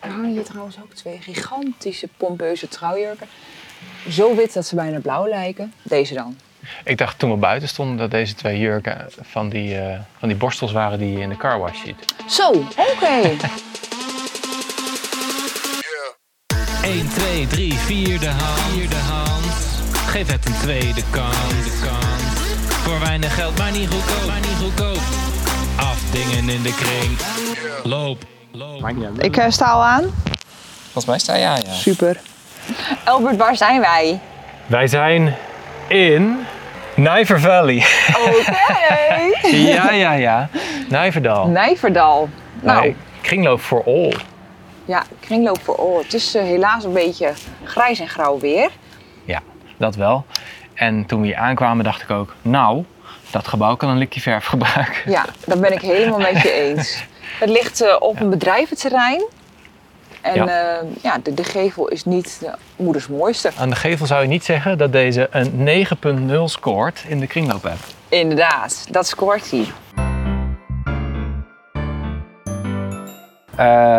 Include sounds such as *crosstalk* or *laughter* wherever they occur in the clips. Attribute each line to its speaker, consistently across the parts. Speaker 1: Er hangen hier trouwens ook twee gigantische pompeuze trouwjurken. Zo wit dat ze bijna blauw lijken. Deze dan.
Speaker 2: Ik dacht toen we buiten stonden dat deze twee jurken van die, eh, van die borstels waren die je in de car wash ziet.
Speaker 1: Zo, oké.
Speaker 3: 1, 2, 3, 4 de hand. Vierde hand. Geef het een tweede kans. De kans. Voor weinig geld, maar niet goedkoop. Maar niet goedkoop. Afdingen in de kring. Loop. Loop.
Speaker 1: Ik eh, sta al aan.
Speaker 4: Volgens mij sta je aan, ja.
Speaker 1: Super. Elbert, waar zijn wij?
Speaker 2: Wij zijn in Nijver
Speaker 4: *laughs*
Speaker 2: Valley.
Speaker 1: Oké.
Speaker 2: ja, ja, ja.
Speaker 1: *laughs*
Speaker 2: Nijverdal.
Speaker 1: Nijverdal. Nou,
Speaker 2: Nee, kringloop voor all.
Speaker 1: ja, kringloop voor oor. Het is eh, helaas een beetje grijs en grauw weer.
Speaker 2: Ja, dat wel. En toen we hier aankwamen dacht ik ook, nou, dat gebouw kan een likje verf *laughs* gebruiken.
Speaker 1: Ja, dat ben ik helemaal met je eens. Het ligt eh, op een bedrijventerrein. En ja, ja de, de gevel is niet de moeders mooiste.
Speaker 2: Aan de gevel zou je niet zeggen dat deze een 9.0 scoort in de kringloop app.
Speaker 1: Inderdaad, dat scoort hij.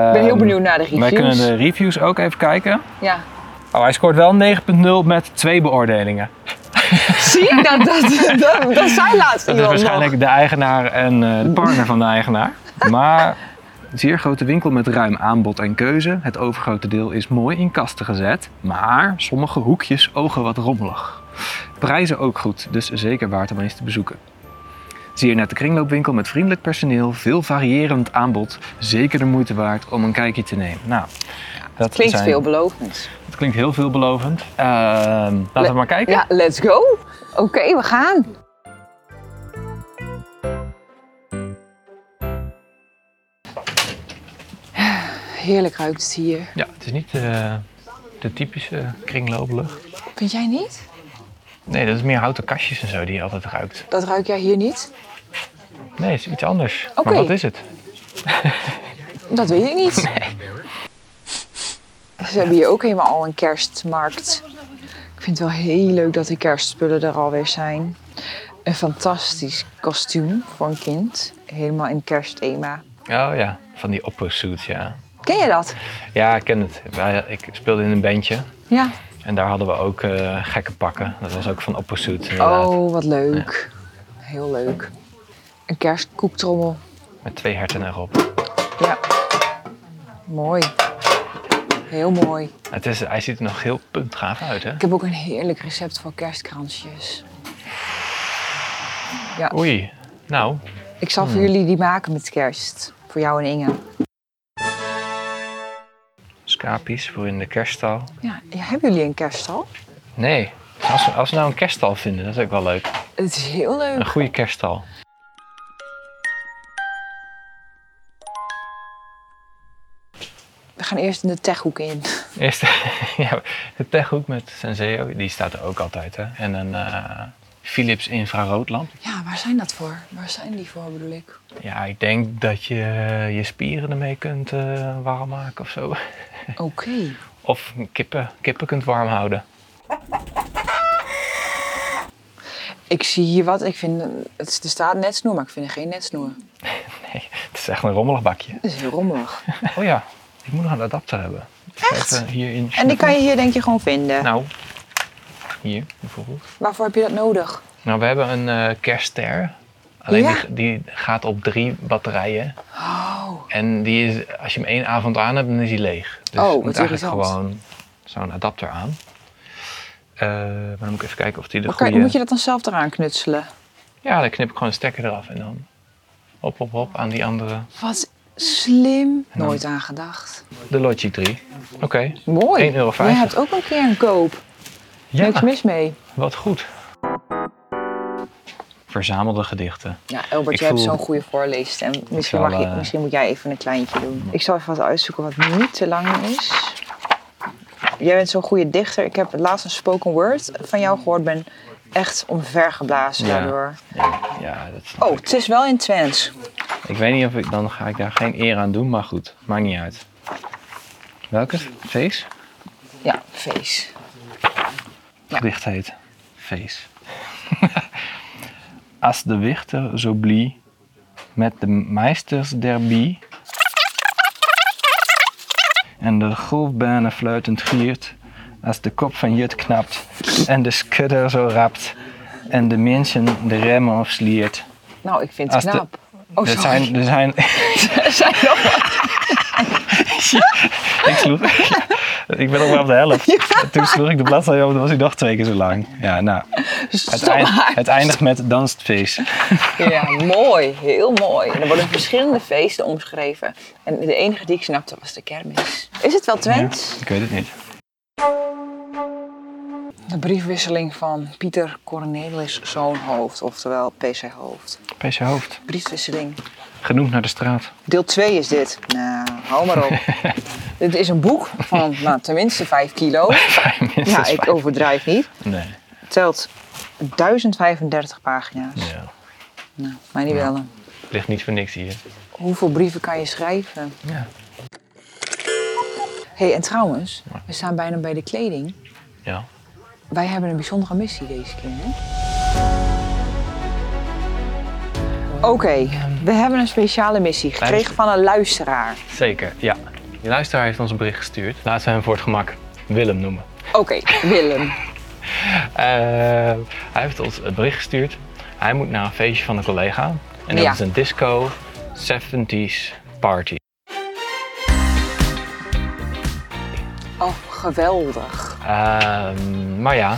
Speaker 1: Ik ben heel benieuwd naar de reviews.
Speaker 2: Ehm, Wij kunnen de reviews ook even kijken.
Speaker 1: Ja.
Speaker 2: Oh, hij scoort wel een 9.0 met twee beoordelingen.
Speaker 1: Zie je dat? Dat, dat, dat zei laatst
Speaker 2: Dat is
Speaker 1: iemand
Speaker 2: waarschijnlijk de eigenaar en eh, de partner van de
Speaker 1: *laughs*
Speaker 2: eigenaar. Maar een zeer grote winkel met ruim aanbod en keuze. Het overgrote deel is mooi in kasten gezet. Maar sommige hoekjes ogen wat rommelig. Prijzen ook goed, dus zeker waard om eens te bezoeken. Zeer nette kringloopwinkel met vriendelijk personeel, veel variërend aanbod. Zeker de moeite waard om een kijkje te nemen. Nou, dat
Speaker 1: nog. Klinkt
Speaker 2: zijn-
Speaker 1: veelbelovend.
Speaker 2: dat klinkt heel veelbelovend. Ehm, laten we maar kijken.
Speaker 1: Ja, let's go. Oké, we gaan. Heerlijk ruikt het hier.
Speaker 2: Ja, het is niet eh, de typische kringlooplucht.
Speaker 1: Vind jij niet?
Speaker 2: Nee, dat is meer houten kastjes en zo die je altijd ruikt.
Speaker 1: Dat ruik jij hier niet?
Speaker 2: Nee, het is iets anders.
Speaker 1: Oké.
Speaker 2: Maar wat is het?
Speaker 1: Dat weet ik niet. Ze hebben hier ook helemaal al een kerstmarkt. Ik vind het wel heel leuk dat de kerstspullen er alweer zijn. Een fantastisch kostuum voor een kind. Helemaal in kerstthema.
Speaker 2: Oh ja, van die oppo-suits, ja.
Speaker 1: Ken je dat?
Speaker 2: Ja, ik ken het. Wij- ik speelde in een bandje
Speaker 1: Ja.
Speaker 2: en daar hadden we ook eh, gekke pakken. Dat was ook van oppo-suit inderdaad.
Speaker 1: Oh, wat leuk. Heel leuk. Een kerstkoektrommel.
Speaker 2: Met twee herten erop.
Speaker 1: Ja. Mooi. Heel mooi.
Speaker 2: Het is, hij ziet er nog heel puntgaaf uit, hè?
Speaker 1: Ik heb ook een heerlijk recept voor kerstkransjes. Ja.
Speaker 2: Oei. Nou,
Speaker 1: Ik zal voor jullie die maken met kerst. Voor jou en Inge.
Speaker 2: scapies voor in de kerststal.
Speaker 1: Ja, ja, hebben jullie een kerststal?
Speaker 2: Nee, als we, als we nou een kerststal vinden, dat is ook wel leuk.
Speaker 1: Het is heel leuk.
Speaker 2: Een goede kerststal.
Speaker 1: We gaan eerst in de techhoek in.
Speaker 2: Eerst *laughs* ja, de techhoek met Senseo, die staat er ook altijd. Hè? En een eh, Philips infraroodlamp.
Speaker 1: *laughs* Ja, waar zijn dat voor? Waar zijn die voor bedoel ik?
Speaker 2: Ja, ik denk dat je eh, je spieren ermee kunt eh, warm maken of zo.
Speaker 1: Oké.
Speaker 2: Of kippen, kippen kunt warm houden.
Speaker 1: Ik zie hier wat. Ik vind, het is- er staat netsnoer, maar ik vind er geen netsnoer.
Speaker 2: Nee, het is echt een rommelig bakje.
Speaker 1: Dat is heel
Speaker 2: *laughs*
Speaker 1: rommelig.
Speaker 2: Oh ja, ik moet nog een adapter hebben. Echt? Even hierin.
Speaker 1: En die kan je hier denk je gewoon vinden.
Speaker 2: Nou, hier bijvoorbeeld.
Speaker 1: Waarvoor heb je dat nodig?
Speaker 2: Nou, we hebben een eh, kerstster. Alleen
Speaker 1: Ja?
Speaker 2: die, die gaat op drie batterijen.
Speaker 1: Oh.
Speaker 2: En die is, als je hem één avond aan hebt, dan is hij leeg. Dus
Speaker 1: Oh,
Speaker 2: je
Speaker 1: wat
Speaker 2: moet eigenlijk
Speaker 1: irritant.
Speaker 2: gewoon zo'n adapter aan. Eh, maar dan moet ik even kijken of die de
Speaker 1: Maar kan-
Speaker 2: goede...
Speaker 1: moet je dat dan zelf eraan knutselen?
Speaker 2: Ja, dan knip ik gewoon een stekker eraf en dan hop, hop, hop aan die andere.
Speaker 1: Wat slim.
Speaker 2: Nou.
Speaker 1: Nooit aan gedacht.
Speaker 2: De Logic 3. Oké.
Speaker 1: Mooi.
Speaker 2: 1,50 euro.
Speaker 1: Jij hebt ook een keer een koop.
Speaker 2: Ja,
Speaker 1: Niks mis mee.
Speaker 2: wat goed. Verzamelde gedichten.
Speaker 1: Ja, Elbert,
Speaker 2: Ik
Speaker 1: jij hebt
Speaker 2: voel-
Speaker 1: zo'n goede voorleesstem. Misschien,
Speaker 2: zal,
Speaker 1: mag je,
Speaker 2: eh,
Speaker 1: misschien moet jij even een kleintje doen. Ik zal even wat uitzoeken wat niet te lang is. Jij bent zo'n goede dichter. Ik heb laatst een spoken word van jou gehoord. ben echt omvergeblazen
Speaker 2: Ja.
Speaker 1: daardoor.
Speaker 2: Ja, dat snap
Speaker 1: Oh,
Speaker 2: ik.
Speaker 1: het is wel in Twents.
Speaker 2: Ik weet niet of ik... Dan ga ik daar geen eer aan doen, maar goed. Maakt niet uit. Welke? Face?
Speaker 1: Ja, feest.
Speaker 2: Gedicht heet
Speaker 5: *laughs*
Speaker 2: Fees. Als de wichter zo blie met de meisters der bie.
Speaker 5: en de golfbanen fluitend giert, als de kop van Jut knapt en de skudder zo rapt en de mensen de remmen of sliert.
Speaker 1: Nou, ik vind het
Speaker 5: Als de-
Speaker 1: knap. Oh,
Speaker 5: er
Speaker 1: sorry.
Speaker 5: zijn, er zijn,
Speaker 1: Er zijn nog...
Speaker 5: *laughs* ik, sloeg, ik ben alweer op de
Speaker 1: *laughs*
Speaker 5: helft. Toen sloeg ik de bladzijde over, dan was ik nog twee keer zo lang. Ja, nou, het,
Speaker 1: *laughs* Stop
Speaker 5: eind-
Speaker 1: maar.
Speaker 5: het eindigt met danst feest.
Speaker 1: Ja, mooi. Heel mooi. En er worden verschillende feesten omschreven. En de enige die ik snapte was de kermis. Is het wel Twents?
Speaker 5: Ik weet het niet.
Speaker 1: De briefwisseling van Pieter Cornelis Zoonhoofd, oftewel PC Hoofd.
Speaker 5: Pijs je hoofd.
Speaker 1: Briefwisseling.
Speaker 5: Genoemd naar de *laughs* straat.
Speaker 1: Deel 2 is dit. Nou, hou maar op. dit is een boek van nou, tenminste 5 kilo. Ja, ik overdrijf niet.
Speaker 5: Nee.
Speaker 1: Het telt 1035 pagina's.
Speaker 2: Ja.
Speaker 1: Nou, mij niet wel.
Speaker 2: Ligt niet voor niks hier.
Speaker 1: Hoeveel brieven kan je schrijven?
Speaker 5: Ja.
Speaker 1: hey, en trouwens, we staan bijna bij de kleding.
Speaker 2: Ja.
Speaker 1: Wij hebben een bijzondere missie deze keer. Hè? Oké, we hebben een speciale missie gekregen van een luisteraar.
Speaker 2: Zeker, ja. Die luisteraar heeft ons een bericht gestuurd. Laten we hem voor het gemak Willem noemen.
Speaker 1: Oké, Willem.
Speaker 2: Eh, hij heeft ons het bericht gestuurd. Hij moet naar een feestje van een collega. En dat
Speaker 1: Ja.
Speaker 2: is een disco 70s party.
Speaker 1: Oh, geweldig.
Speaker 2: Ehm, maar ja,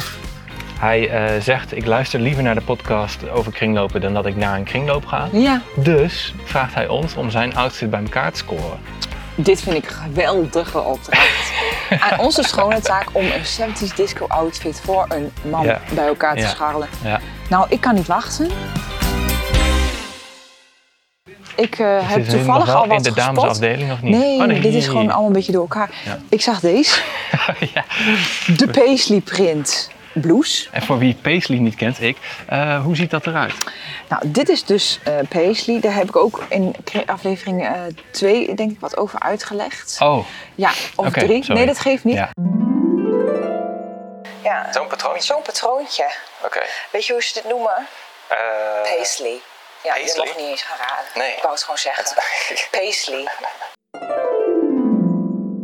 Speaker 2: hij eh, zegt ik luister liever naar de podcast over kringlopen dan dat ik naar een kringloop ga.
Speaker 1: Ja,
Speaker 2: Dus vraagt hij ons om zijn outfit bij elkaar te scoren.
Speaker 1: dit vind ik een geweldige
Speaker 2: *laughs*
Speaker 1: opdracht. Aan onze schone taak om een 70s disco outfit voor een man
Speaker 2: Ja.
Speaker 1: bij elkaar te
Speaker 2: Ja.
Speaker 1: scharrelen.
Speaker 5: *laughs*
Speaker 2: Ja.
Speaker 1: Nou, ik kan niet wachten. Ik eh,
Speaker 2: Zitten
Speaker 1: heb
Speaker 2: we nu nog
Speaker 1: toevallig
Speaker 2: wel
Speaker 1: al wat
Speaker 2: in de
Speaker 1: gespot.
Speaker 2: damesafdeling of niet?
Speaker 1: Nee,
Speaker 2: Oh,
Speaker 1: dit is gewoon allemaal een beetje door elkaar. Ik zag deze.
Speaker 2: Ja.
Speaker 1: De Paisley print blouse.
Speaker 5: En voor wie Paisley niet kent, ik, eh, hoe ziet dat eruit?
Speaker 1: Nou, dit is dus eh, Paisley. Daar heb ik ook in kri- aflevering 2 denk ik wat over uitgelegd.
Speaker 5: Oh,
Speaker 1: Ja, of
Speaker 5: Oké,
Speaker 1: drie.
Speaker 5: sorry.
Speaker 1: Nee, dat geeft niet.
Speaker 5: Ja.
Speaker 1: Ja,
Speaker 2: Zo'n patroontje?
Speaker 1: Zo'n patroontje.
Speaker 2: Oké.
Speaker 1: Weet je hoe ze dit noemen? Paisley. Ja, je
Speaker 2: Paisley?
Speaker 1: mag niet eens gaan raden.
Speaker 2: Nee.
Speaker 1: Ik wou het gewoon zeggen.
Speaker 2: *laughs*
Speaker 1: Paisley.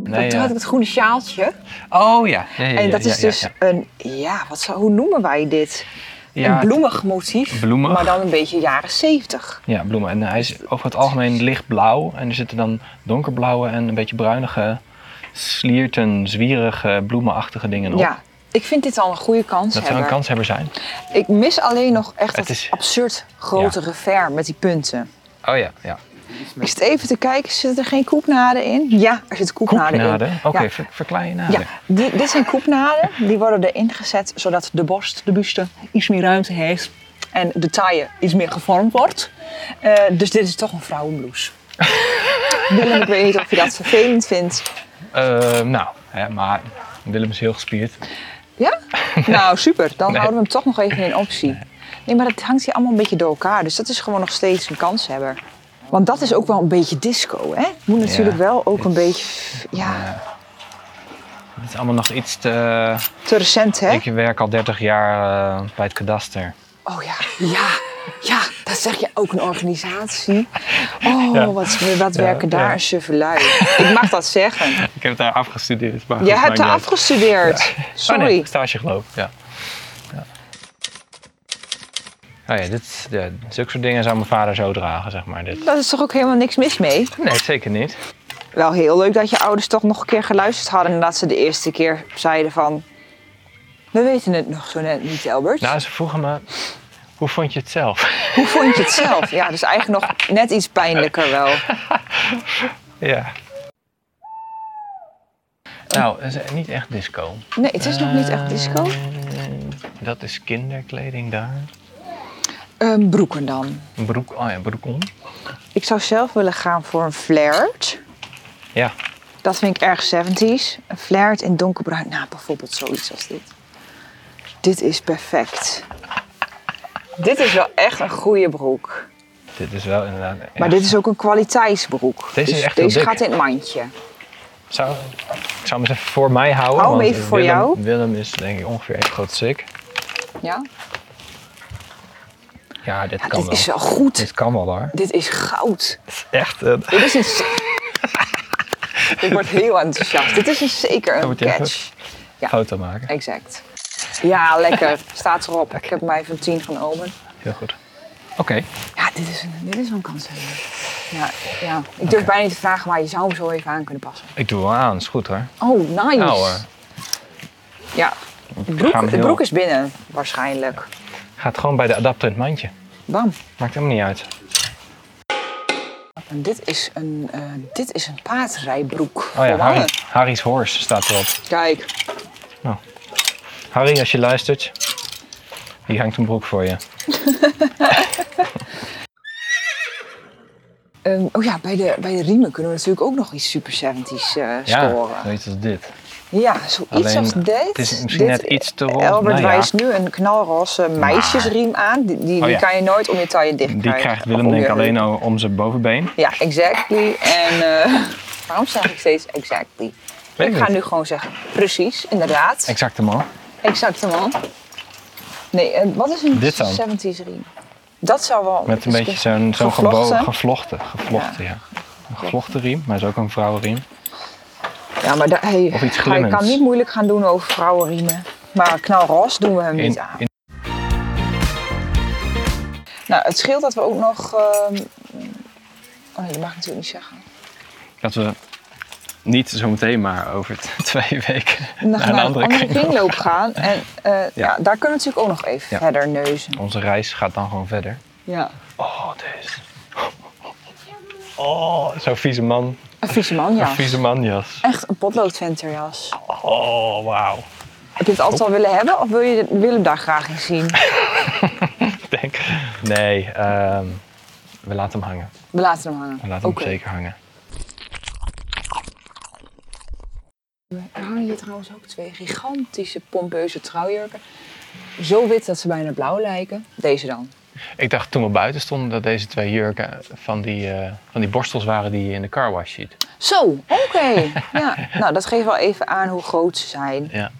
Speaker 5: nee, ja.
Speaker 1: Toen had ik het groene sjaaltje.
Speaker 5: oh ja. Ja, ja, ja,
Speaker 1: en dat
Speaker 5: ja,
Speaker 1: is
Speaker 5: ja,
Speaker 1: dus
Speaker 5: ja.
Speaker 1: een, ja, wat zou, hoe noemen wij dit?
Speaker 5: Ja,
Speaker 1: een bloemig motief,
Speaker 5: bloemig.
Speaker 1: maar dan een beetje jaren zeventig.
Speaker 5: Ja, bloemen. En hij is over het algemeen lichtblauw. En er zitten dan donkerblauwe en een beetje bruinige, slierten, zwierige, bloemenachtige dingen op.
Speaker 1: Ja, ik vind dit al een goede kans
Speaker 5: Oh. Dat zou
Speaker 1: hebben.
Speaker 5: een kanshebber zijn.
Speaker 1: Ik mis alleen nog echt
Speaker 5: Het
Speaker 1: dat
Speaker 5: is-
Speaker 1: absurd grote revers met die punten.
Speaker 5: Oh ja, ja.
Speaker 1: Ik zit even te kijken, zitten er geen koepnaden in? Ja, er zit koepnaden in.
Speaker 5: Koeknaden. Oké,
Speaker 1: Ja.
Speaker 5: ver- verklein naden.
Speaker 1: Ja, di- dit zijn koepnaden. Die worden erin gezet zodat de borst, de buste, iets meer ruimte heeft. En de taille iets meer gevormd wordt. Eh, dus dit is toch een vrouwenblouse. *laughs* Willem, ik weet niet of je dat vervelend vindt.
Speaker 5: Eh, nou, hè, maar Willem is heel gespierd.
Speaker 1: Ja?
Speaker 5: *laughs*
Speaker 1: Nou, super. Dan houden we hem toch nog even in optie. Nee, maar dat hangt hier allemaal een beetje door elkaar. Dus dat is gewoon nog steeds een kanshebber. Want dat is ook wel een beetje disco, hè? Moet natuurlijk wel ook een beetje... Ja,
Speaker 5: Het is allemaal nog iets te...
Speaker 1: te recent, hè?
Speaker 5: Ik werk al 30 jaar eh, bij het kadaster.
Speaker 1: Oh ja, ja, ja, dat zeg je ook een
Speaker 5: *laughs*
Speaker 1: organisatie. Oh, wat, wat werken daar een suffelui. Ik mag dat
Speaker 5: *laughs*
Speaker 1: zeggen.
Speaker 5: Ik heb daar
Speaker 2: dus
Speaker 5: afgestudeerd. Maar
Speaker 1: Jij hebt daar afgestudeerd. Sorry.
Speaker 5: Oh nee, stage geloof ik, ja. ja. Oh ja, dit, ja, zulke soort dingen zou mijn vader zo dragen, zeg maar. Dit.
Speaker 1: Dat is toch ook helemaal niks mis mee?
Speaker 5: Nee, zeker niet.
Speaker 1: Wel heel leuk dat je ouders toch nog een keer geluisterd hadden... en dat ze de eerste keer zeiden van... We weten het nog zo net niet, Albert.
Speaker 2: Nou, ze vroegen me, hoe vond je het zelf? *laughs*
Speaker 1: Hoe vond je het zelf? Ja, dus eigenlijk nog net iets pijnlijker wel.
Speaker 2: Ja. Nou, het is niet echt disco. Eh,
Speaker 1: Nee, het is nog niet echt disco.
Speaker 2: Dat is kinderkleding daar.
Speaker 1: Ehm, broeken dan.
Speaker 2: Een broek, oh ja, broek om.
Speaker 1: Ik zou zelf willen gaan voor een flared.
Speaker 2: Ja,
Speaker 1: Dat vind ik erg 70s. Een flared in donkerbruin. Nou, bijvoorbeeld zoiets als dit. Dit is perfect. Dit is wel echt een goede broek.
Speaker 2: dit is wel inderdaad...
Speaker 1: Maar dit is ook een kwaliteitsbroek.
Speaker 2: Deze is
Speaker 1: Dus
Speaker 2: echt heel
Speaker 1: deze
Speaker 2: dik.
Speaker 1: gaat in het mandje.
Speaker 2: Zou, ik zou hem eens even voor mij houden.
Speaker 1: Hou hem
Speaker 2: want
Speaker 1: even voor
Speaker 2: Willem,
Speaker 1: jou.
Speaker 2: Willem is denk ik ongeveer even groot als ik.
Speaker 1: Ja?
Speaker 2: Ja, dit
Speaker 1: ja
Speaker 2: kan
Speaker 1: dit
Speaker 2: wel.
Speaker 1: is wel goed.
Speaker 2: Dit kan wel hoor.
Speaker 1: Dit is goud.
Speaker 2: *laughs* Echt, eh,
Speaker 1: Dit is een... Ik word heel enthousiast. Dit is een, zeker een
Speaker 2: moet je even-
Speaker 1: catch.
Speaker 2: Foto maken.
Speaker 1: Exact. Ja, lekker. Staat erop. Ik heb mij van 10 genomen.
Speaker 2: Heel goed. Oké.
Speaker 1: Ja, dit is, een, dit is zo'n kans. Ja, ja. Ik durf bijna niet te vragen, maar je zou hem zo even aan kunnen passen.
Speaker 2: Ik doe wel aan. Is goed hoor.
Speaker 1: Oh, nice.
Speaker 2: Nou hoor.
Speaker 1: Ja. De broek,
Speaker 2: hem
Speaker 1: de
Speaker 2: heel-
Speaker 1: broek is binnen, waarschijnlijk.
Speaker 2: Gaat gewoon bij de adapter in het mandje.
Speaker 1: Bam.
Speaker 2: Maakt helemaal niet uit. Oh
Speaker 1: En dit is een, eh, dit is een paardrijbroek.
Speaker 2: Oh ja,
Speaker 1: voor mannen.
Speaker 2: Harry, Harry's Horse staat erop.
Speaker 1: Kijk,
Speaker 2: Harry, als je luistert, hier hangt een broek voor je.
Speaker 1: Ehm, oh ja, bij de, bij de riemen kunnen we natuurlijk ook nog iets super 70s eh,
Speaker 2: Ja,
Speaker 1: scoren.
Speaker 2: zoiets als dit.
Speaker 1: Ja, zoiets
Speaker 2: Alleen,
Speaker 1: als dit.
Speaker 2: het is
Speaker 1: Dit-
Speaker 2: misschien net iets te roze.
Speaker 1: Elbert
Speaker 2: Nou ja.
Speaker 1: wijst nu een knalroze meisjesriem aan. Die, die,
Speaker 2: Oh
Speaker 1: die
Speaker 2: ja.
Speaker 1: kan je nooit om je taille dicht
Speaker 2: Die
Speaker 1: krijgen.
Speaker 2: krijgt
Speaker 1: Of
Speaker 2: Willem
Speaker 1: om
Speaker 2: denk ik
Speaker 1: je-
Speaker 2: alleen al om zijn bovenbeen.
Speaker 1: Ja, exactly. En eh, *laughs* waarom zeg ik steeds exactly?
Speaker 2: Weet
Speaker 1: ik
Speaker 2: ik
Speaker 1: ga
Speaker 2: niet.
Speaker 1: nu gewoon zeggen, precies, inderdaad.
Speaker 2: Exact man.
Speaker 1: Exact, man. Nee, en wat is een
Speaker 2: Dit dan?
Speaker 1: 70s riem? Dat zou wel...
Speaker 2: Met een
Speaker 1: is
Speaker 2: beetje zo'n zo'n
Speaker 1: gevlochten.
Speaker 2: gebo- gevlochten. Gevlochten, ja. Een gevlochten riem, maar is ook een vrouwenriem.
Speaker 1: Ja, maar daar- hij,
Speaker 2: Of iets
Speaker 1: hij
Speaker 2: glimmends.
Speaker 1: kan niet moeilijk gaan doen over vrouwenriemen. Maar knalroze doen we hem niet
Speaker 2: In,
Speaker 1: aan.
Speaker 2: in,
Speaker 1: Nou, het scheelt dat we ook nog... ehm, Oh nee, dat mag ik natuurlijk niet zeggen.
Speaker 2: dat we niet zometeen, maar over t- *laughs* twee weken
Speaker 1: En dan
Speaker 2: naar
Speaker 1: gaan
Speaker 2: een
Speaker 1: we naar
Speaker 2: andere
Speaker 1: een andere
Speaker 2: kring.
Speaker 1: kringloop gaan. En eh, ja. daar kunnen we natuurlijk ook nog even
Speaker 2: Ja.
Speaker 1: verder neuzen.
Speaker 2: *laughs* Onze reis gaat dan gewoon verder.
Speaker 1: Ja.
Speaker 2: Oh,
Speaker 1: dus.
Speaker 2: deze. Oh, zo'n vieze man.
Speaker 1: Een vieze man, ja.
Speaker 2: Een vieze manjas.
Speaker 1: Echt een potloodventerjas.
Speaker 2: Oh, wauw.
Speaker 1: Heb je het altijd al willen hebben of wil je Willem daar graag in zien?
Speaker 2: Ik denk, nee, ehm, we laten hem hangen.
Speaker 1: We laten hem hangen.
Speaker 2: We laten
Speaker 1: Oké.
Speaker 2: hem zeker hangen.
Speaker 1: Er hangen hier trouwens ook twee gigantische pompeuze trouwjurken. Zo wit dat ze bijna blauw lijken. Deze dan.
Speaker 2: Ik dacht toen we buiten stonden dat deze twee jurken van die, eh, van die borstels waren die je in de car wash ziet.
Speaker 1: Zo, oké. ja. Nou, dat geeft wel even aan hoe groot ze zijn.
Speaker 2: Ja.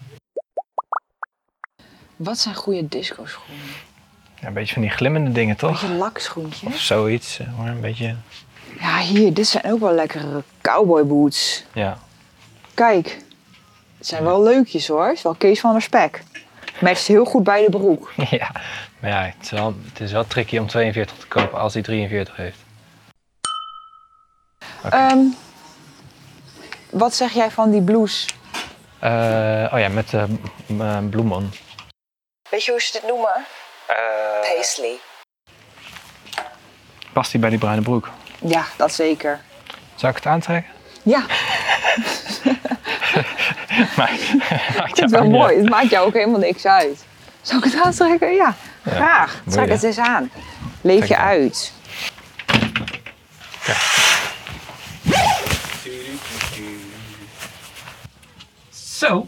Speaker 1: Wat zijn goede disco-schoenen?
Speaker 2: Ja, Een beetje van die glimmende dingen, toch?
Speaker 1: Beetje lakschoentjes.
Speaker 2: Zoiets, eh, hoor, een beetje.
Speaker 1: Ja, hier, dit zijn ook wel lekkere cowboy boots.
Speaker 2: Ja.
Speaker 1: Kijk, het zijn wel leukjes hoor. Het is wel Kees van der Spek. Matcht heel goed bij de broek.
Speaker 2: *laughs* ja. Maar ja, het is, wel, het is wel tricky om 42 te kopen als hij 43 heeft.
Speaker 1: Ehm, wat zeg jij van die blouse?
Speaker 2: Eh, oh ja, met eh m- eh, bloemon.
Speaker 1: Weet je hoe ze dit noemen? Paisley.
Speaker 2: Past hij bij die bruine broek?
Speaker 1: Ja, dat zeker.
Speaker 2: Zou ik het *laughs* aantrekken?
Speaker 1: Ja,
Speaker 2: Maar, *laughs* ik
Speaker 1: dat is wel mooi. Het maakt jou ook helemaal niks uit. Zou ik het aantrekken? Ja, graag.
Speaker 2: moet
Speaker 1: Trek
Speaker 2: je.
Speaker 1: het eens aan. Leef je
Speaker 2: het aan.
Speaker 1: uit.
Speaker 2: Zo.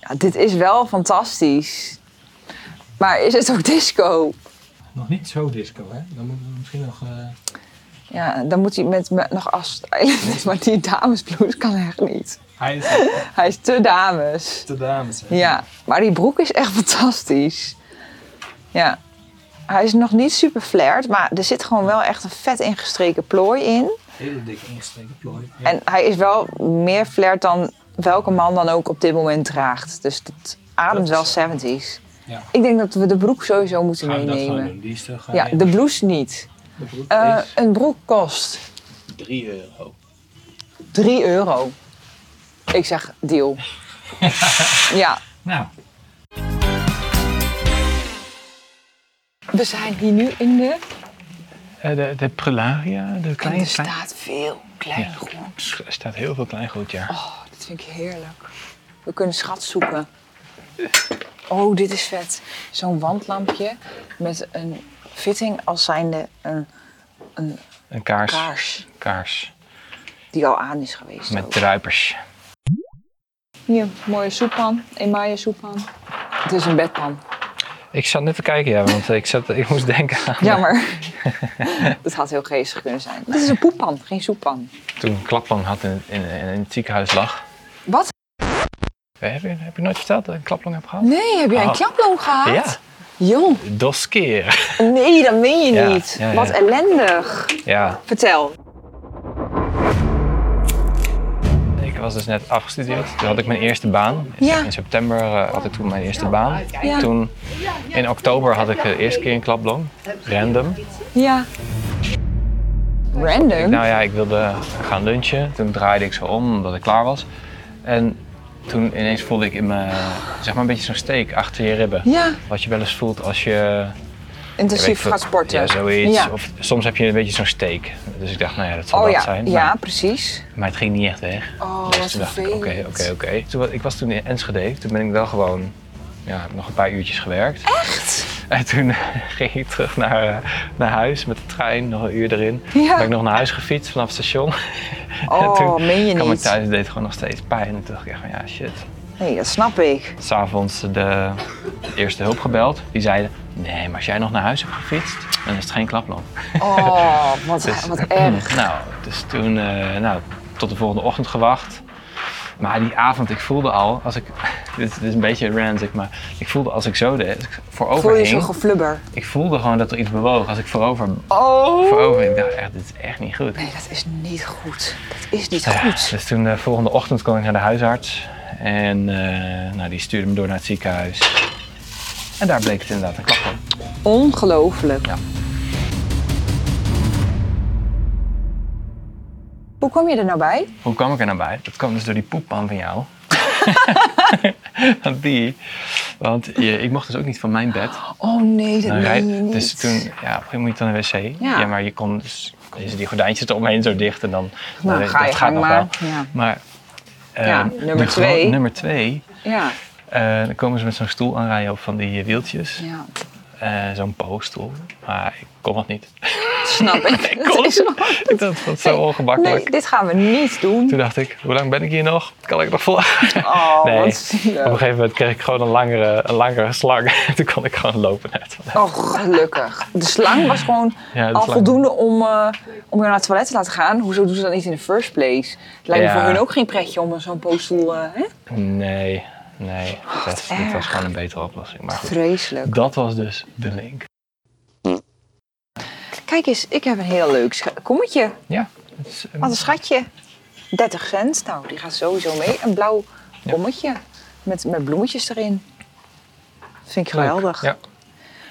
Speaker 1: Ja, dit is wel fantastisch. Maar is het ook disco?
Speaker 2: Nog niet zo disco, hè? Dan moeten we misschien nog. eh,
Speaker 1: Ja, dan moet hij met, met nog afstijlen. *laughs* Maar die damesblouse kan echt niet. *laughs*
Speaker 2: Hij is
Speaker 1: Hij is te dames.
Speaker 2: de dames.
Speaker 1: Ja, maar die broek is echt fantastisch. Ja. Hij is nog niet super flared, maar er zit gewoon wel echt een vet ingestreken plooi in.
Speaker 6: Hele dik ingestreken plooi.
Speaker 1: En hij is wel meer flared dan welke man dan ook op dit moment draagt. Dus het ademt wel 70s.
Speaker 6: Ja.
Speaker 1: Ik denk dat we de broek sowieso moeten
Speaker 6: Gaan we dat gewoon
Speaker 1: meenemen.
Speaker 6: doen? Die is er gewoon
Speaker 2: eh,
Speaker 1: Ja, de blouse niet.
Speaker 6: de broek
Speaker 1: Eh,
Speaker 6: is
Speaker 1: een broek kost
Speaker 6: 3 euro.
Speaker 1: 3 euro. Ik zeg
Speaker 6: *laughs*
Speaker 1: deal. ja.
Speaker 2: Nou.
Speaker 1: We zijn hier nu in de...
Speaker 2: eh, de, de prularia, de
Speaker 1: En
Speaker 2: kleine.
Speaker 1: er staat veel klein goed.
Speaker 2: Er staat heel veel klein goed, ja.
Speaker 1: Oh, dat vind ik heerlijk. We kunnen schat zoeken. Oh, dit is vet. Zo'n wandlampje met een fitting als zijnde een
Speaker 2: Een kaars.
Speaker 1: kaars
Speaker 2: Kaars.
Speaker 1: die al aan is geweest.
Speaker 2: Met
Speaker 1: ook.
Speaker 2: druipers.
Speaker 1: Hier, mooie soeppan. Emaille soeppan. Het is een bedpan.
Speaker 2: Ik zat net te kijken, ja, want ik, zat, ik moest denken aan *laughs*
Speaker 1: Jammer. Het had heel geestig kunnen zijn. Dit is een poeppan, geen soeppan.
Speaker 2: toen Klapman had in, in, in het ziekenhuis lag. Eh,
Speaker 1: Wat?
Speaker 2: Heb je, heb je nooit verteld dat ik een klaplong heb gehad?
Speaker 1: Nee, heb jij een
Speaker 2: Oh.
Speaker 1: klaploon gehad?
Speaker 2: Ja.
Speaker 1: Jong,
Speaker 2: Dos keer.
Speaker 1: nee, dat meen je
Speaker 2: Ja,
Speaker 1: niet.
Speaker 2: ja, ja.
Speaker 1: Wat ellendig.
Speaker 2: Ja,
Speaker 1: Vertel.
Speaker 2: ik was dus net afgestudeerd. Toen had ik mijn eerste baan. In,
Speaker 1: Ja.
Speaker 2: in september eh, had ik toen mijn eerste baan.
Speaker 1: Ja.
Speaker 2: Toen, in oktober had ik eh, de eerste keer een klapbloem. Random.
Speaker 1: Ja. Random?
Speaker 2: Nou ja, ik wilde gaan lunchen. Toen draaide ik zo om omdat ik klaar was. En toen ineens voelde ik in mijn, zeg maar een beetje zo'n steek achter je ribben.
Speaker 1: Ja,
Speaker 2: Wat je wel eens voelt als je...
Speaker 1: intensief
Speaker 2: weet ik
Speaker 1: gaat
Speaker 2: veel,
Speaker 1: sporten.
Speaker 2: Ja, zoiets.
Speaker 1: Ja.
Speaker 2: Of soms heb je een beetje zo'n steek. Dus ik dacht, nou ja, dat zal
Speaker 1: Oh
Speaker 2: dat
Speaker 1: ja,
Speaker 2: zijn.
Speaker 1: ja,
Speaker 2: Maar,
Speaker 1: precies.
Speaker 2: maar het ging niet echt weg.
Speaker 1: Oh,
Speaker 2: Dus
Speaker 1: wat
Speaker 2: toen dacht ik,
Speaker 1: vervelend.
Speaker 2: oké, oké, oké. Toen wa- Ik was toen in Enschede. Toen ben ik wel gewoon ja, nog een paar uurtjes gewerkt.
Speaker 1: Echt?
Speaker 2: En toen eh, *laughs* ging ik terug naar, eh, naar huis met de trein, nog een uur erin.
Speaker 1: Ja.
Speaker 2: Ben ik nog naar huis gefietst vanaf het station. *laughs*
Speaker 1: Oh,
Speaker 2: toen
Speaker 1: meen je
Speaker 2: kwam ik
Speaker 1: niet?
Speaker 2: thuis en deed het gewoon nog steeds pijn. En toen dacht ik echt van ja, shit.
Speaker 1: Nee, dat snap ik.
Speaker 2: S'avonds de eerste hulp gebeld. Die zeiden, nee, maar als jij nog naar huis hebt gefietst, dan is het geen klaploop. *laughs*
Speaker 1: Oh, wat,
Speaker 2: Dus-
Speaker 1: wat
Speaker 2: *clears throat*
Speaker 1: erg.
Speaker 2: *laughs* Nou, dus toen eh, nou, tot de volgende ochtend gewacht. Maar die avond, ik voelde al, als ik, *laughs* dit, is- dit is een beetje ranzig, maar ik voelde als ik zo deed, als ik voorover
Speaker 1: Voel je zo'n
Speaker 2: hing,
Speaker 1: geflubber?
Speaker 2: ik voelde gewoon dat er iets bewoog. Als ik voorover,
Speaker 1: Oh!
Speaker 2: voorover, ik dacht echt, dit is echt niet goed.
Speaker 1: Nee, dat is niet goed. Dat is niet
Speaker 2: Ja,
Speaker 1: goed.
Speaker 2: dus toen de volgende ochtend kwam ik naar de huisarts en eh, nou, die stuurde me door naar het ziekenhuis. En daar bleek het inderdaad een klap op.
Speaker 1: Ongelooflijk.
Speaker 2: Ja.
Speaker 1: Hoe kwam je er nou bij?
Speaker 2: Hoe kwam ik er nou bij? Dat kwam dus door die poeppan van
Speaker 1: *laughs*
Speaker 2: jou. Want die, want je- ik mocht dus ook niet van mijn bed.
Speaker 1: Oh nee, dat
Speaker 2: Dan
Speaker 1: meen je
Speaker 2: rij-
Speaker 1: niet.
Speaker 2: dus toen, ja, op een gegeven moment moet je dan de wc.
Speaker 1: Ja.
Speaker 2: Ja, maar je kon dus, dus die gordijntjes eromheen zo dicht en dan,
Speaker 1: Nou,
Speaker 2: dat
Speaker 1: ga je
Speaker 2: gaat
Speaker 1: gang
Speaker 2: nog
Speaker 1: maar.
Speaker 2: wel.
Speaker 1: Ja.
Speaker 2: Maar eh,
Speaker 1: Ja,
Speaker 2: de
Speaker 1: nummer
Speaker 2: gro-
Speaker 1: twee.
Speaker 2: nummer twee,
Speaker 1: Ja,
Speaker 2: eh, dan komen ze met zo'n stoel aanrijden op van die eh, wieltjes.
Speaker 1: ja.
Speaker 2: Eh, zo'n po-stoel. Maar ik kon dat niet. *laughs*
Speaker 1: Dat snap ik. ik
Speaker 2: kon
Speaker 1: dat is wel-
Speaker 2: ik dacht, dat is zo ongemakkelijk.
Speaker 1: Nee, dit gaan we niet doen.
Speaker 2: Toen dacht ik, hoe lang ben ik hier nog? Kan ik nog vol?
Speaker 1: Oh,
Speaker 2: Nee.
Speaker 1: wat zielig.
Speaker 2: Op een gegeven moment kreeg ik gewoon een langere, een langere slang. *laughs* Toen kon ik gewoon lopen net.
Speaker 1: Oh, gelukkig. De slang was gewoon
Speaker 2: Ja, de
Speaker 1: al
Speaker 2: slang.
Speaker 1: voldoende om, eh, om je naar het toilet te laten gaan. Hoezo doen ze dat niet in de first place? Het lijkt me
Speaker 2: Ja.
Speaker 1: voor hun ook geen pretje om zo'n poststoel... eh, hè?
Speaker 2: Nee, nee. Dat, dat was
Speaker 1: erg.
Speaker 2: gewoon een betere oplossing. Maar goed,
Speaker 1: Vreselijk.
Speaker 2: dat was dus de link.
Speaker 1: Kijk eens, ik heb een heel leuk scha- kommetje.
Speaker 2: Ja. dat is, ehm,
Speaker 1: Wat een schatje. 30 cent, nou, die gaat sowieso mee. Een blauw kommetje met, met bloemetjes erin. Vind ik
Speaker 2: leuk.
Speaker 1: geweldig.
Speaker 2: Ja.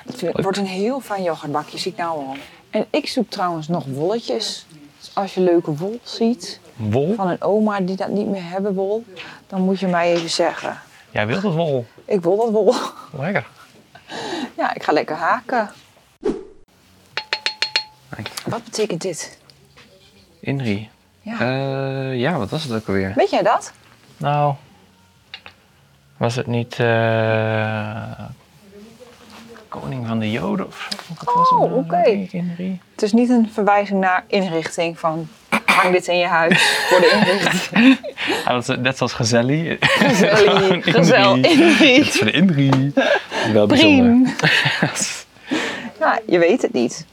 Speaker 1: Het vind- wordt een heel fijn yoghurtbakje, zie ik nou al. En ik zoek trouwens nog wolletjes. Dus als je leuke wol ziet
Speaker 2: Wol.
Speaker 1: van een oma die dat niet meer hebben wol, dan moet je mij even zeggen.
Speaker 2: Jij wilt dat wol.
Speaker 1: Ik wil dat wol.
Speaker 2: Lekker.
Speaker 1: *laughs* Ja, ik ga lekker haken.
Speaker 2: Dank je.
Speaker 1: Wat betekent dit?
Speaker 2: Inri.
Speaker 1: Ja.
Speaker 2: Eh, ja, wat was het ook alweer?
Speaker 1: Weet jij dat?
Speaker 2: Nou, was het niet eh, koning van de joden of zo? Wat was
Speaker 1: Oh,
Speaker 2: het nou?
Speaker 1: oké.
Speaker 2: Inri?
Speaker 1: Het is niet een verwijzing naar inrichting van hang dit in je huis voor de
Speaker 2: *laughs*
Speaker 1: inrichting.
Speaker 2: Ah, dat is net zoals Gezelli.
Speaker 1: Gezellig, gezel,
Speaker 2: Inri. Het is
Speaker 1: inrichting.
Speaker 2: voor de Inri. Wel bijzonder.
Speaker 1: Priem. *laughs* Ja, je weet het niet.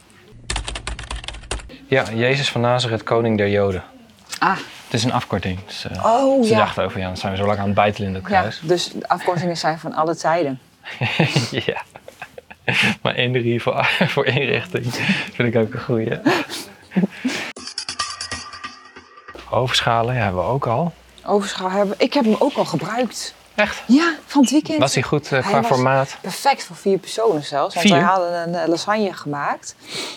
Speaker 2: Ja, Jezus van Nazareth, koning der Joden.
Speaker 1: Ah,
Speaker 2: Het is een afkorting. Dus, eh,
Speaker 1: oh
Speaker 2: ze
Speaker 1: ja.
Speaker 2: dachten over, ja, dan zijn we zo lang aan het bijtelen in dat
Speaker 1: ja.
Speaker 2: kruis. *laughs*
Speaker 1: Dus de afkortingen zijn van alle tijden.
Speaker 2: Ja. Maar Inri voor, *laughs* voor inrichting vind ik ook een goeie. Overschalen ja, hebben we ook al.
Speaker 1: Overschouw hebben. Ik heb hem ook al gebruikt.
Speaker 2: Echt?
Speaker 1: Ja, van het weekend.
Speaker 2: Was hij goed eh,
Speaker 1: Hij
Speaker 2: qua
Speaker 1: was-
Speaker 2: formaat?
Speaker 1: Perfect voor vier personen zelfs. Want
Speaker 2: Vier?
Speaker 1: wij hadden een eh, lasagne gemaakt.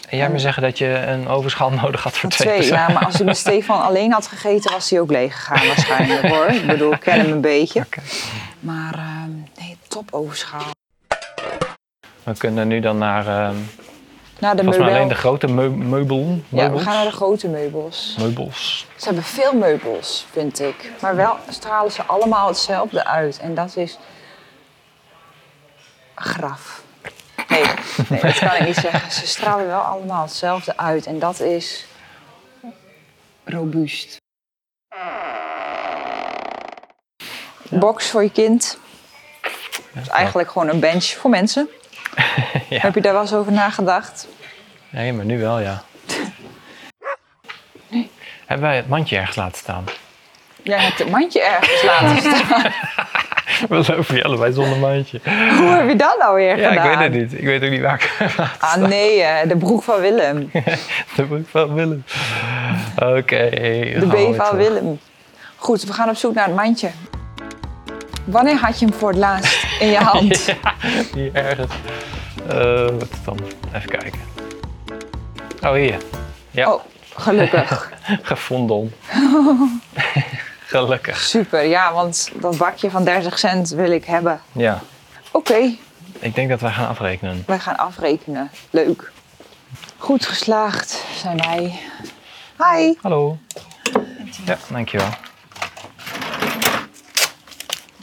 Speaker 2: En jij me zeggen dat je een overschaal nodig had voor
Speaker 1: Voor
Speaker 2: twee,
Speaker 1: twee.
Speaker 2: personen?
Speaker 1: Ja, maar als ik met Stefan alleen had gegeten, was hij ook leeg gegaan
Speaker 2: *laughs*
Speaker 1: waarschijnlijk hoor. Ik bedoel, ik ken hem een beetje.
Speaker 2: Oké.
Speaker 1: Maar ehm, nee, top overschaal.
Speaker 2: We kunnen nu dan naar, ehm
Speaker 1: Nou, de
Speaker 2: volgens mij alleen de
Speaker 1: meubel.
Speaker 2: grote meu- meubel,
Speaker 1: Ja, we
Speaker 2: meubels.
Speaker 1: gaan naar de grote meubels.
Speaker 2: Meubels.
Speaker 1: Ze hebben veel meubels, vind ik. Maar wel stralen ze allemaal hetzelfde uit. En dat is. graf. Nee, nee dat kan ik niet zeggen. Ze stralen wel allemaal hetzelfde uit. En dat is. robuust. Box voor je kind. Dat is eigenlijk gewoon een bench voor mensen.
Speaker 2: *laughs* Ja.
Speaker 1: Heb je daar wel eens over nagedacht?
Speaker 2: Nee, maar nu wel, ja. Hebben wij het mandje ergens laten staan? *laughs*
Speaker 1: Jij hebt het mandje ergens laten staan.
Speaker 2: Wat lopen jullie allebei zonder mandje?
Speaker 1: Hoe heb je dat nou weer
Speaker 2: Ja, ik
Speaker 1: gedaan?
Speaker 2: weet het niet. Ik weet ook niet waar ik *laughs*
Speaker 1: Ah nee, eh, de broek van Willem.
Speaker 2: de broek van Willem. Oké.
Speaker 1: De
Speaker 2: gaan we
Speaker 1: B
Speaker 2: weer
Speaker 1: van
Speaker 2: terug.
Speaker 1: Willem. Goed, we gaan op zoek naar het mandje. Wanneer had je hem voor het laatst
Speaker 2: *laughs*
Speaker 1: in je hand?
Speaker 2: Hier ergens. Eh, wat is het dan? Even kijken. Oh, hier. Ja,
Speaker 1: Oh, gelukkig.
Speaker 2: *laughs* gevonden. *laughs* Gelukkig.
Speaker 1: Super, ja, want dat bakje van 30 cent wil ik hebben.
Speaker 2: Ja,
Speaker 1: Oké,
Speaker 2: ik denk dat wij gaan afrekenen.
Speaker 1: wij gaan afrekenen. Leuk. Goed geslaagd zijn wij. Hi.
Speaker 2: Hallo. Ja, dankjewel.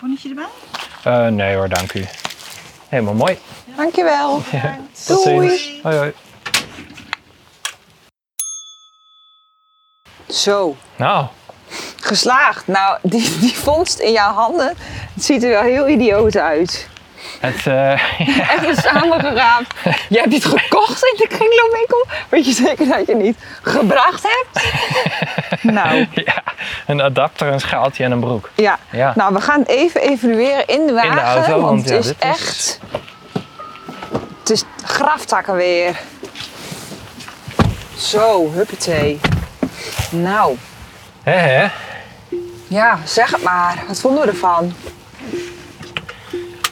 Speaker 7: Bonnetje erbij?
Speaker 2: Eh, nee hoor, dank u. Helemaal mooi.
Speaker 1: Dankjewel.
Speaker 2: Tot
Speaker 1: Doei.
Speaker 2: ziens. Hoi hoi.
Speaker 1: Zo,
Speaker 2: Nou,
Speaker 1: geslaagd. Nou, die, die vondst in jouw handen, het ziet er wel heel idioot uit.
Speaker 2: het, eh, *laughs*
Speaker 1: Even *laughs* samengeraapt. Je hebt dit gekocht in de kringloopwinkel? Weet je zeker dat je niet gebracht hebt? *laughs* Nou,
Speaker 2: ja, een adapter, een schaaltje en een broek.
Speaker 1: ja.
Speaker 2: Ja.
Speaker 1: Nou, we gaan even evalueren in de wagen.
Speaker 2: auto,
Speaker 1: want,
Speaker 2: want ja,
Speaker 1: het is
Speaker 2: dit is-
Speaker 1: echt... Het is graftakken weer. Zo, huppatee. Nou,
Speaker 2: Hè hè?
Speaker 1: ja, zeg het maar. Wat vonden we ervan?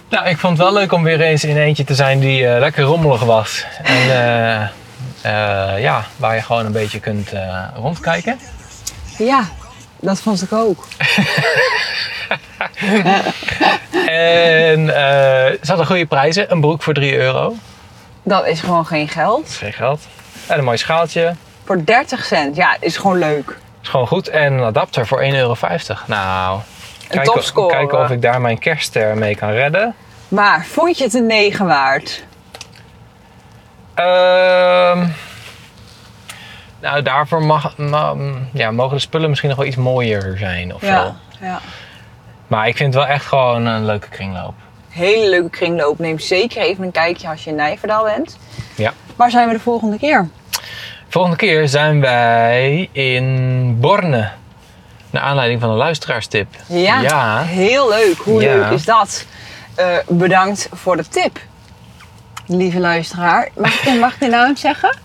Speaker 2: Nou, ik vond het wel leuk om weer eens in eentje te zijn die eh, lekker rommelig was. En eh, eh, ja, waar je gewoon een beetje kunt eh, rondkijken.
Speaker 1: Ja, dat vond ik ook.
Speaker 2: En eh, ze hadden goede prijzen. Een broek voor 3 euro.
Speaker 1: Dat is gewoon geen geld.
Speaker 2: Geen geld. En een mooi schaaltje.
Speaker 1: Voor 30 cent, ja, is gewoon leuk.
Speaker 2: Is gewoon goed. En een adapter voor 1,50 euro. Nou, kijken,
Speaker 1: topscorer.
Speaker 2: kijken of ik daar mijn kerstster mee kan redden.
Speaker 1: Maar vond je het een 9 waard?
Speaker 2: Ehm, nou, daarvoor mag, ma- ja, mogen de spullen misschien nog wel iets mooier zijn of zo.
Speaker 1: ja.
Speaker 2: Maar ik vind het wel echt gewoon een leuke kringloop.
Speaker 1: Hele leuke kringloop. Neem zeker even een kijkje als je in Nijverdal bent.
Speaker 2: Ja.
Speaker 1: Waar zijn we de volgende keer?
Speaker 2: Volgende keer zijn wij in Borne. Naar aanleiding van een luisteraarstip.
Speaker 1: Ja,
Speaker 2: Ja,
Speaker 1: heel leuk. Hoe
Speaker 2: Ja.
Speaker 1: leuk is dat? Eh, bedankt voor de tip. Lieve luisteraar, mag ik, mag ik de naam zeggen?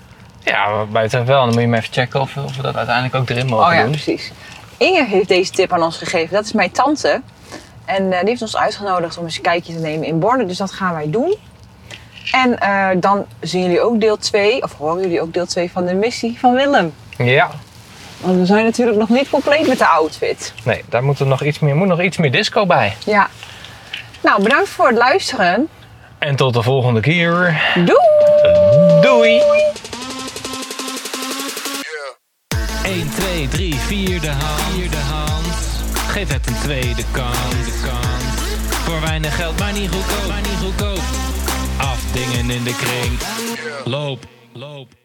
Speaker 2: ja buiten wel. Dan moet je maar even checken of, of we dat uiteindelijk ook erin mogen
Speaker 1: Oh ja,
Speaker 2: doen.
Speaker 1: precies. Inge heeft deze tip aan ons gegeven. Dat is mijn tante. En eh, die heeft ons uitgenodigd om eens een kijkje te nemen in Borne. Dus dat gaan wij doen. En eh, dan zien jullie ook deel 2, of horen jullie ook deel 2 van de missie van Willem.
Speaker 2: Ja,
Speaker 1: Want we zijn natuurlijk nog niet compleet met de outfit.
Speaker 2: nee, daar moet er nog iets meer, moet nog iets meer disco bij.
Speaker 1: Ja. Nou, bedankt voor het luisteren.
Speaker 2: En tot de volgende keer.
Speaker 1: Doei!
Speaker 2: Doei!
Speaker 3: 1, 2, 3, 4 de hand. Vierde hand. Geef het een tweede kans. kans. Voor weinig geld, maar niet goedkoop. Maar niet goedkoop. Afdingen in de kring. Loop, loop.